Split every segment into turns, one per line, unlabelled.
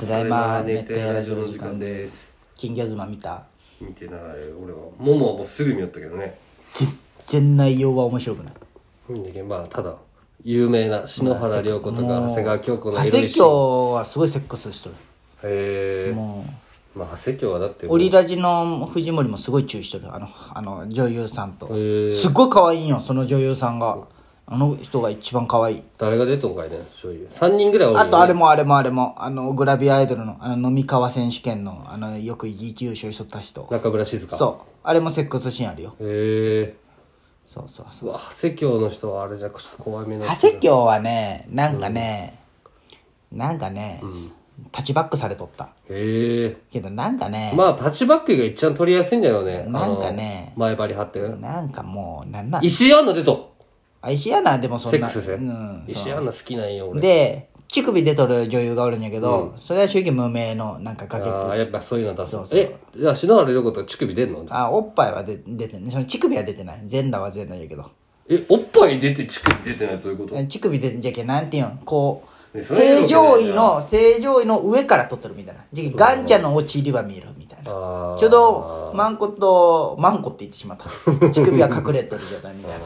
ただいま
熱
熱
帯
帯
ラ
ラ
ジ
ジ
オ
オ
の
の時
時間
間
で
です金魚妻見た
見てない俺はももはもうすぐ見よったけどね
全然内容は面白くない
うんだけどまあただ有名な篠原涼子とか長谷川京子の
長
エロ
谷
いシーン
京はすごいセックスしとる
へえ
も
まあ長谷京はだって
うオリラジの藤森もすごい注意しとるあのあの女優さんと
へえ
すっごい可愛いんよその女優さんがあの人が一番可愛い
誰が出とんかいねそういう3人ぐらいおるよ
あ
ね
とあれもあれもあれもあのグラビアアイドルのあの飲み川選手権のあのよく一優勝しとった人
中村静香
そうあれもセックスシーンあるよ
うへえ
そうそうそう
うわ長谷京の人はあれじゃちょっと怖めな
長谷京はねなんかね、なんかね、タッチバックされとった
へえ
けどなんかね、
まあパッチバックが一番取りやすいんだよね
なんかね
あの前張り張って
なんかもうなんなん
石井アンナ出と
あ石やなでもそん
セッ
な
クスせ、
うん、
石井アンナ好きなんよ俺
で乳首出とる女優がおるんやけど、それは主義無名のなんか崖っ
あ
ぷ
あやっぱそういうの出すのえじゃあ篠原涼子と乳首出んの
あおっぱいはで出てないその乳首は出てない全裸は全裸やけど
えおっぱい出て乳首出てないどういうこと
乳首出てんじゃけなんていうんこう
ねそれ
正常位の正常位の上から撮ってるみたいなじゃけガンちゃんの落ち入りは見えるみたいな
ああ
ちょうどマンコとマンコって言ってしまった乳首が隠れてるじゃないみたいな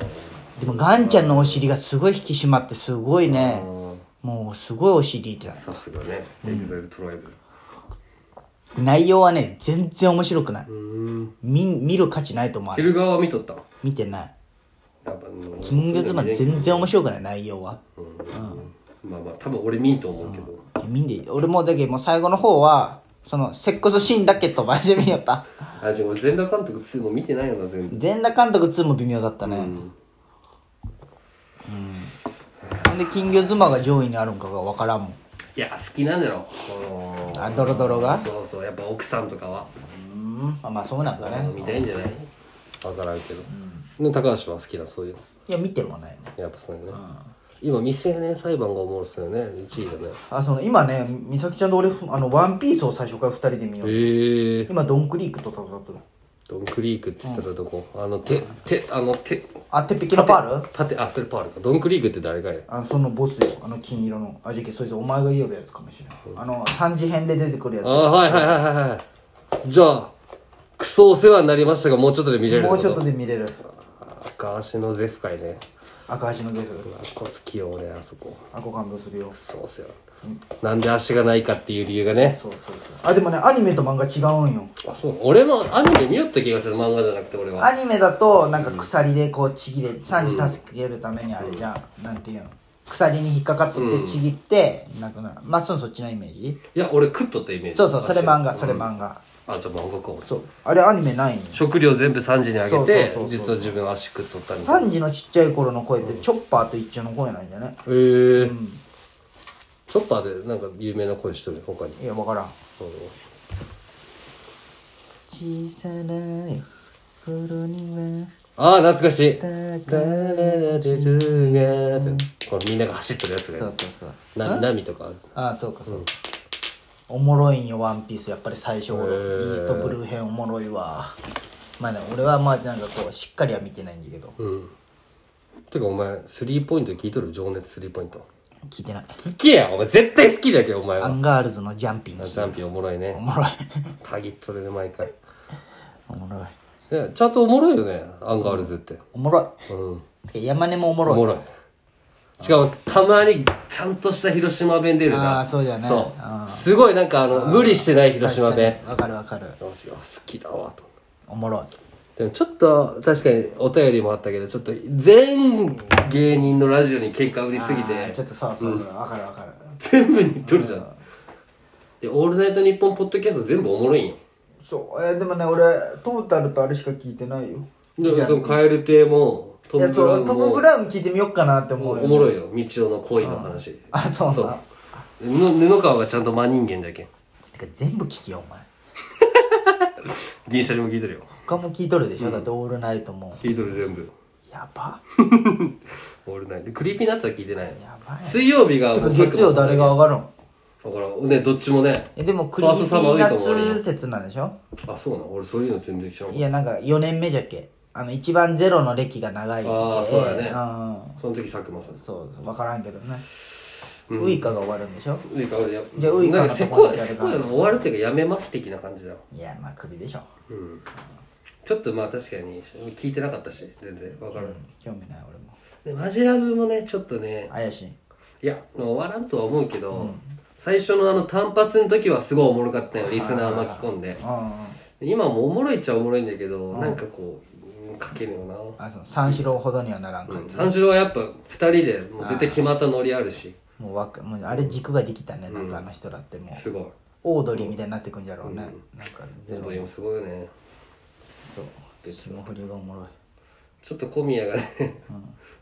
でもガンちゃんのお尻がすごい引き締まってすごいねもうすごいお尻ってな
さすがねエグザイルトライブ
内容はね全然面白くないう
ーん
見見る価値ないと思われ
昼側は見とったの
見てない
やっぱあの
キングズマン全然面白くない内容は
まあまあ多分俺見んと思うけど
え見んでいい俺もうだけどもう最後の方はそのセックスシーンだけ飛ばしてみよった
あでも俺全裸監督2も見てないよな全部
全裸監督2も微妙だったねうん、なんで金魚妻が上位にあるんかが分からんもん
いや好きなんだろこの
あドロドロが
そうそうやっぱ奥さんとかは
うんあまあそうなんだね
見たいんじゃない分からんけど、でも高橋は好きなそういうの
いや見てもないね
やっぱそうよね、今未成年裁判がおもろそうよね1位だね
あその今ね美咲ちゃんと俺あのワンピースを最初から2人で見よう
ええ
今ドンクリークと戦ってる
ドンクリークって言ったらどこ、あの手手あの手
あ鉄壁のパール
縦あそれパールかドンクリークって誰かや
あのそのボスよあの金色のあじゃけそいつお前が言うやつかもしれない、あの3次編で出てくるやつ
ああはいはいはいはいはいじゃあクソお世話になりましたがもうちょっとで見れる
もうちょっと
と
で見れる
赤足のゼフ会ね
赤橋のゼフ
あそこ好きよ俺あそこ
あこ感動するよ
クソお世話、なんで足がないかっていう理由がね
そうそうそうあでもねアニメと漫画違うんよ
あそう俺もアニメ見よった気がする漫画じゃなくて俺は
アニメだとなんか鎖でこうちぎれ3時助けるためにあれじゃん、なんていうの鎖に引っかかっとってちぎって、なんかなまっすぐそっちのイメージ
いや俺食っとったイメージ
そうそうそれ漫
足
画
を
それ漫画、
あじゃあ漫画か俺
そうあれアニメないんよ
食料全部3時にあげて
そうそうそうそう
実は自分足食っとったみたいな
3時のちっちゃい頃の声ってチョッパーと一丁の声なんじゃね
へえチョッパーでなんか有名な声しとる他に
いやわからん
うん
小さな頃には
ああ懐かしい
高
これみんなが走ってるやつが
そう
ね
そうそう
な波とか
ああそうかそうか、おもろいんよワンピースやっぱり最初頃イーストブルー編おもろいわまあね俺はまあなんかこうしっかりは見てないんだけど
うんてかお前スリーポイント聞いとる情熱スリーポイント
聞いてない
聞けやお前絶対好きだけどお前
ア
は
ンガールズのジャンピング
チャンピオンおもろい
お
ね
もろい
タギットルで毎回
おもろい
ねちゃんとおもろいよねアンガールズって
おもろ
うん
いてか山根もおもろ
お
い
もろいしかもたまにちゃんとした広島弁出るじゃん
ああそうだよね
そううすごいなんかあの無理してない広島弁
確かにわかるわかる
よしよし好きだわと
おもろい
でもちょっと確かにお便りもあったけどちょっと全芸人のラジオに喧嘩売りすぎ
あー
て
ちょっとそうそうそうわ、かるわかる
全部にとるじゃんで「オールナイトニッポン」ポッドキャスト全部おもろいんよ
そうえーでもね俺トータルとあれしか聞いてないよ
でその蛙亭もト
い
ム・
や
ブラ
そ
ウン
うトム・
も
ブラウン聞いてみようかなって思うよ、
おもろいよ道夫の恋の話
あそうなんだ
そう布布川はちゃんと真人間じゃけん
てか全部聞きよお前
銀シャリも聞いてるよ
他も聞いとるでしょ、だってオールナイトも
聞いとる 全部
やば
俺ないでクリーピーナッツは聞いてない
やばい
水曜日が
て
も
か
う佐久間
月曜誰が上がるん
だからねどっちもね
えでもク
フ
リ
ァ
ー
ー
ピ
ストサマ
ー
ーウイ
ナ
カも
ッツ説なんでしょ
あそうなの俺そういうの全然知らん
いやなんか4年目じゃっけあの一番ゼロの歴が長い
あーそうやね
うん
その時佐久間さん
そう分からんけどねウイカが終わるんでしょ
ウイカはや
じゃあウイカの
なんかせ
とこ
こ
ろでやれば
せこいの終わるというかやめます的な感じだよ
いやまあクビでしょ
うんちょっとまあ確かに聞いてなかったし全然わかる、
興味ない俺も
でマジラブもねちょっとね
怪しい
いやもう終わらんとは思うけど、最初のあの単発の時はすごいおもろかったよリスナー巻き込んで
あ
今もおもろいっちゃおもろいんだけど、なんかこううんかけるよな、
ああそう三四郎ほどにはならん感じ、
三四郎はやっぱ2人でもう絶対決まったノリあるし
もうわかもうあれ軸ができたねなんかあの人だってもう、
すごい
オードリーみたいになってくんじゃろうね、なんか
全
全
部
部
でもすごいよね
そう霜降りがおもろい
ちょっと小宮がね、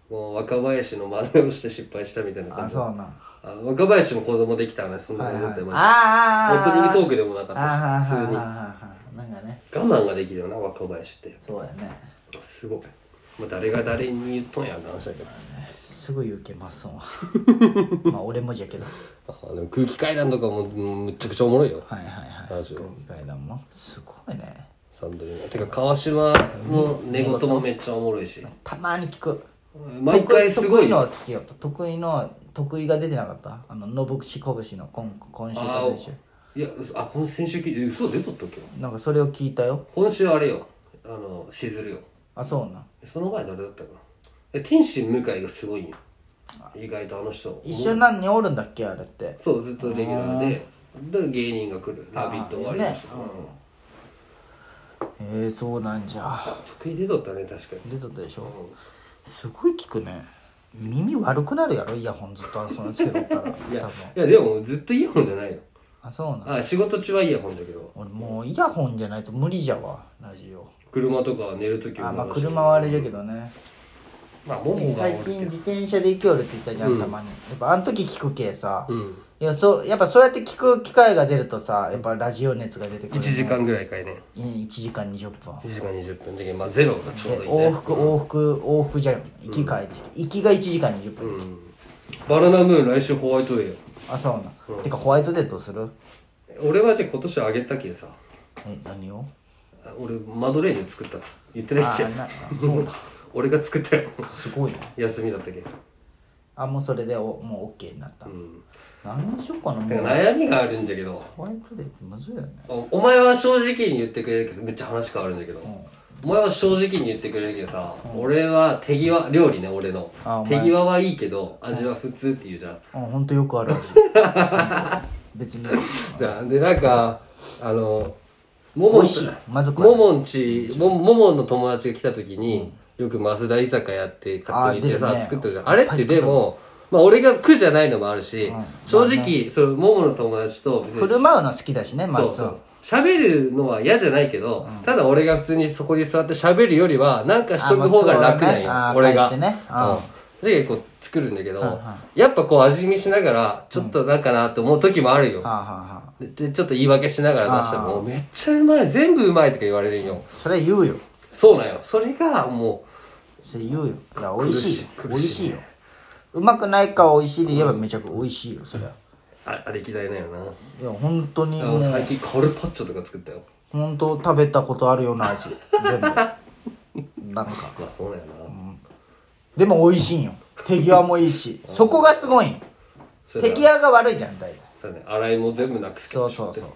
もう若林の真似をして失敗したみたいな
あ
感じ
そうな
あ若林も子供できたらねそんな
はい
感じ
はい
だったよ、
あ
オープニングトー
ク
クでもなかったし普通に我
通になんかね
慢ができるよな若林って
そうやね
すごい、まあ、誰が誰に言っとんやって話だけど
すぐ言うけます んはまあ俺もじゃけど
あでも空気階段とかもうんむっちゃくちゃおもろいよ
はいはいは
ラ
い
ジオ
空気階段もすごいね
サンドリーナてか川島の寝言もめっちゃおもろいした
まに聞く
毎回すご
得意
い
の
よ
は聞きよった得意の得意が出てなかったあの信口拳の今今週
あ
の選
いや嘘あこの先週聞いて嘘出とったっけ
手なんかそれを聞いたよ
今週あれよあのしずるよ
あそうな
その前誰だったかなえ天心向井がすごいんよ意外とあの人
一緒に何人おるんだっけあれって
そうずっとレギュラーでで芸人が来る「ラビット!」終わりました、
あー
うん
ねえー、そうなんじゃ
あ得意出とったね確かに
出とったでしょすごい聞くね耳悪くなるやろイヤホンずっとそのつけとったら多
い
分
やいやでもずっとイヤホンじゃないよ
あそうなん
あ仕事中はイヤホンだけど
俺もうイヤホンじゃないと無理じゃわラジオ
車とか寝る時
あ
も
まあ
流し
車はあれじゃけどね
まあももが
最
お
近
るけど
自転車で行きよるって言ったじゃん、たまにやっぱあの時聞くけさ、
うん
いやそうやっぱそうやって聞く機会が出るとさやっぱラジオ熱が出てくる、ね、
1時間ぐらいかいね
1時間20分
1時間20分でまあゼロがちょうどいい
往
ね
復往復往復じゃん行き帰り行きが1時間20分、
うんバナナムーン来週ホワイトデーよ
あそうな、てかホワイトデーどうする
俺はじゃあ今年あげたけさ
え何を
あ俺マドレーヌ作ったっつ言ってない
あ
っけ
なあそうだ
俺が作ったよ
すごいね
休みだったけ
あもうそれでおもう OK になった、
うん
何をしようかなも
てか
う
悩みがあるんじゃけど
ホワイトデーってむずいよね
おお前は正直に言ってくれるけどめっちゃ話変わるんだけど、お前は正直に言ってくれるけどさ、俺は手際料理ね俺の
あお前
手際はいいけど味は普通って言うじゃん、
うんほんとよくあ る味別に
じゃあでなんかあのもも
美味しいまずくはな
ももんちもももの友達が来た時に、よく増田居酒屋って買ってきて
あ
さ、
出るね
作ってるじゃん
い
あ
っぱ
れ
い
っ
作って
て
る
でもまあ俺が苦じゃないのもあるし、
うん
正直、そのももの友達と別
振
に
る舞うの好きだしねま
そう
ず
そ
そう
う喋るのは嫌じゃないけど、ただ俺が普通にそこに座って喋るよりは、なんかしとく方が楽なんよ、
あまあそうだね
俺が。
あー帰ってねうん
そう。で、こう作るんだけど、
んうん
やっぱこう味見しながら、ちょっとなんかなって思う時もあるよ。
はあ、はあはあ、
ででちょっと言い訳しながら出しても、めっちゃうまい、全部うまいとか言われるんよ。
それ言うよ
そうなんよ。それがも
それ言うよいや美味しいよ
苦しい
美味しいようまくないか美味しいで言えばめちゃくちゃ美味しいよそりゃ
う、あありきたいなよ
い
な。
や本当に
だか
も
ら
う
最近カルパッチョとか作ったよ。
本当食べたことあるような味全部なんか
まあそうだよな。
でも美味しいんよ手際もいいしそこがすごいんよ
そうだ
手際が悪いじゃん大体
そうだね。洗いも全部なくすけ
そ
ど
うそうそう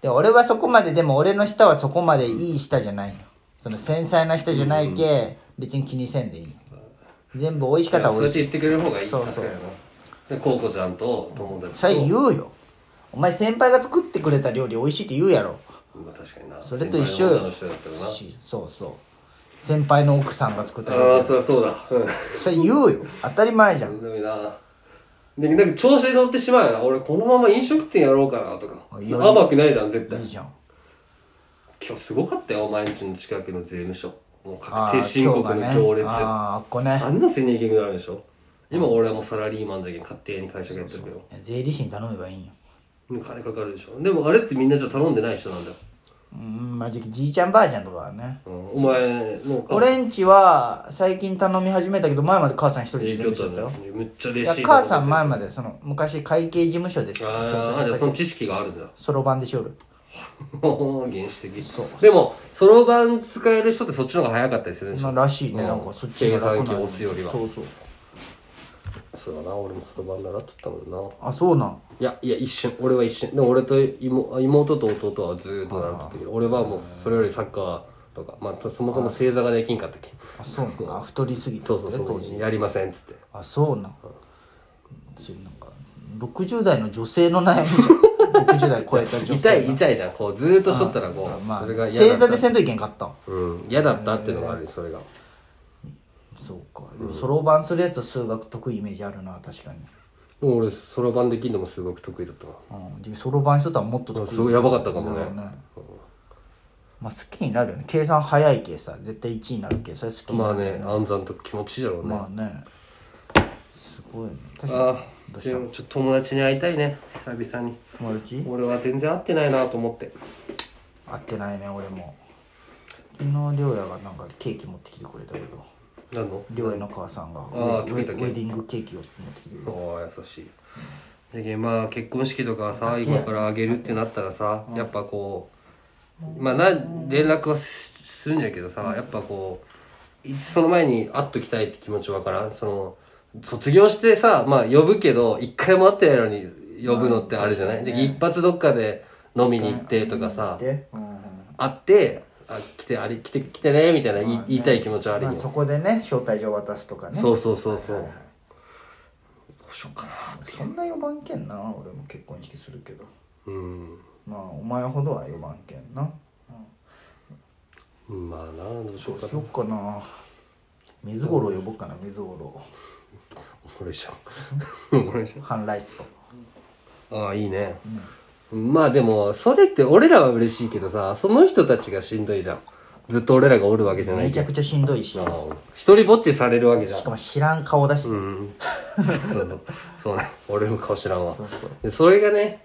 で俺はそこまででも俺の舌はそこまでいい舌じゃないよその繊細な舌じゃないけ、別に気にせんでいい全部美味しかったら
そう
美
や
味
って
しい
言ってくれる方がいい
そうそう
確かになでコウコちゃんと友達と
それ言うよお前先輩が作ってくれた料理美味しいって言うやろ
まあ確かにな
それと一緒
先輩の女の
よ
人だったらな
しそうそう先輩の奥さんが作った
あ
料
あー
理
そうそうだうん
それ言うよ当たり前じゃん
だめなでなんか調子に乗ってしまうよな俺このまま飲食店やろうかなとか
いや
甘くないじゃん絶対
いいじゃん
今日すごかったよお前んちの近くの税務署もう
あ
確
ー
定申告
今日が
の
ね
行列
あ
あ
ああっこね
んな生年月日あるでしょ今俺はもうサラリーマンじゃけん勝手に会社がやってるけど
税理士に頼めばいいんよ
金かかるでしょでもあれってみんなじゃ頼んでない人なんだよ、
うんまじじいちゃんばあちゃんとかはね
うん、お前のお母さん
俺んちは最近頼み始めたけど前まで母さん一人で
影
全
響
部し
と
てたよ
めっちゃレ
い
シ
や
ート
母さん前までその昔会計事務所で仕事して
ああ、じゃあ
たけ
その
ど
知識があるんだ。
そろばんでしおる
原始的。でも、そろばん使える人ってそっちの方が早かったりするんでし
まあ
ょ
らしいね
うん
なんかそっちが楽
計算機
の
押すよりは
そうそう
そうだな俺も外番習っとったもんな
あそうなん
いやいや一瞬俺は一瞬でも俺と妹妹と弟はずーっと習ってたけど俺はもうそれよりサッカーとかまあそもそも正座ができんかったっけ
あそうなんあ太りすぎて
そうそうそうやりませんっつって
あそうなんそれなんか60代の女性の悩みじゃん60代超えた女性
痛い
い
痛いじゃんこうずーっとしとったらこう、
まあ
それが嫌
正
だ
座
っ
で
た
せんといけんかったん
うん嫌だったっていうのがあるそれが
そうかでもそろばんするやつは数学得意イメージあるな確かに
でも俺そろばんできるのもすごく得意だったな
うんでそろばんしとったらもっと得意
すごいやばかったかもね
だろうまあ好きになるよね計算早い系さ絶対1位になるけそれ好きに
ま
な
あ
る
ね暗算とか気持ちいいだろうね、
まあねすごいね確か
あ
にど
あ
うし
で
た
もちょっと友達に会いたいね久々に
友達
俺は全然会ってないなと思って
会ってないね俺も昨日亮也がなんかケーキ持ってきてくれたけど
何の
亮也の母さんがウ
あー
ェ
作った
ウェ
ケーキ
ウェディングケーキを持ってきてくれた
おー優しいだけどまあ結婚式とかさ今からあげるってなったらさやっぱこうまあな連絡はすするんやけどさやっぱこういその前に会っときたいって気持ちわからんその卒業してさまあ呼ぶけど一回も会ってないのに呼ぶのってあるじゃない、
まあ
で一発どっかで飲みに行ってとかさ
で、うん
会ってあ来てあれ来て来てねみたいな言い,、言いたい気持ちはある
ま
よ、
あ、そこでね招待状渡すとかね
そうそうそうそう、どうしようかな
そんな呼ばんけんな俺も結婚式するけど
うん
まあお前ほどは呼ばんけんな、
うんまあなどうし
ど
よ
う
うか
し
な
よっかな水五郎呼ぼうかな水五郎
これじゃんこれじ
ハンライスと
ゃんああいいね、まあでもそれって俺らは嬉しいけどさその人たちがしんどいじゃんずっと俺らがおるわけじゃな
め
い
ち
じゃ
ゃ
ん
くちゃしんどいし
ああ一人ぼっちされるわけじゃん
しかも知らん顔だし、
うんそうそうそうね俺の顔知らんわ
そうそう
でそれがね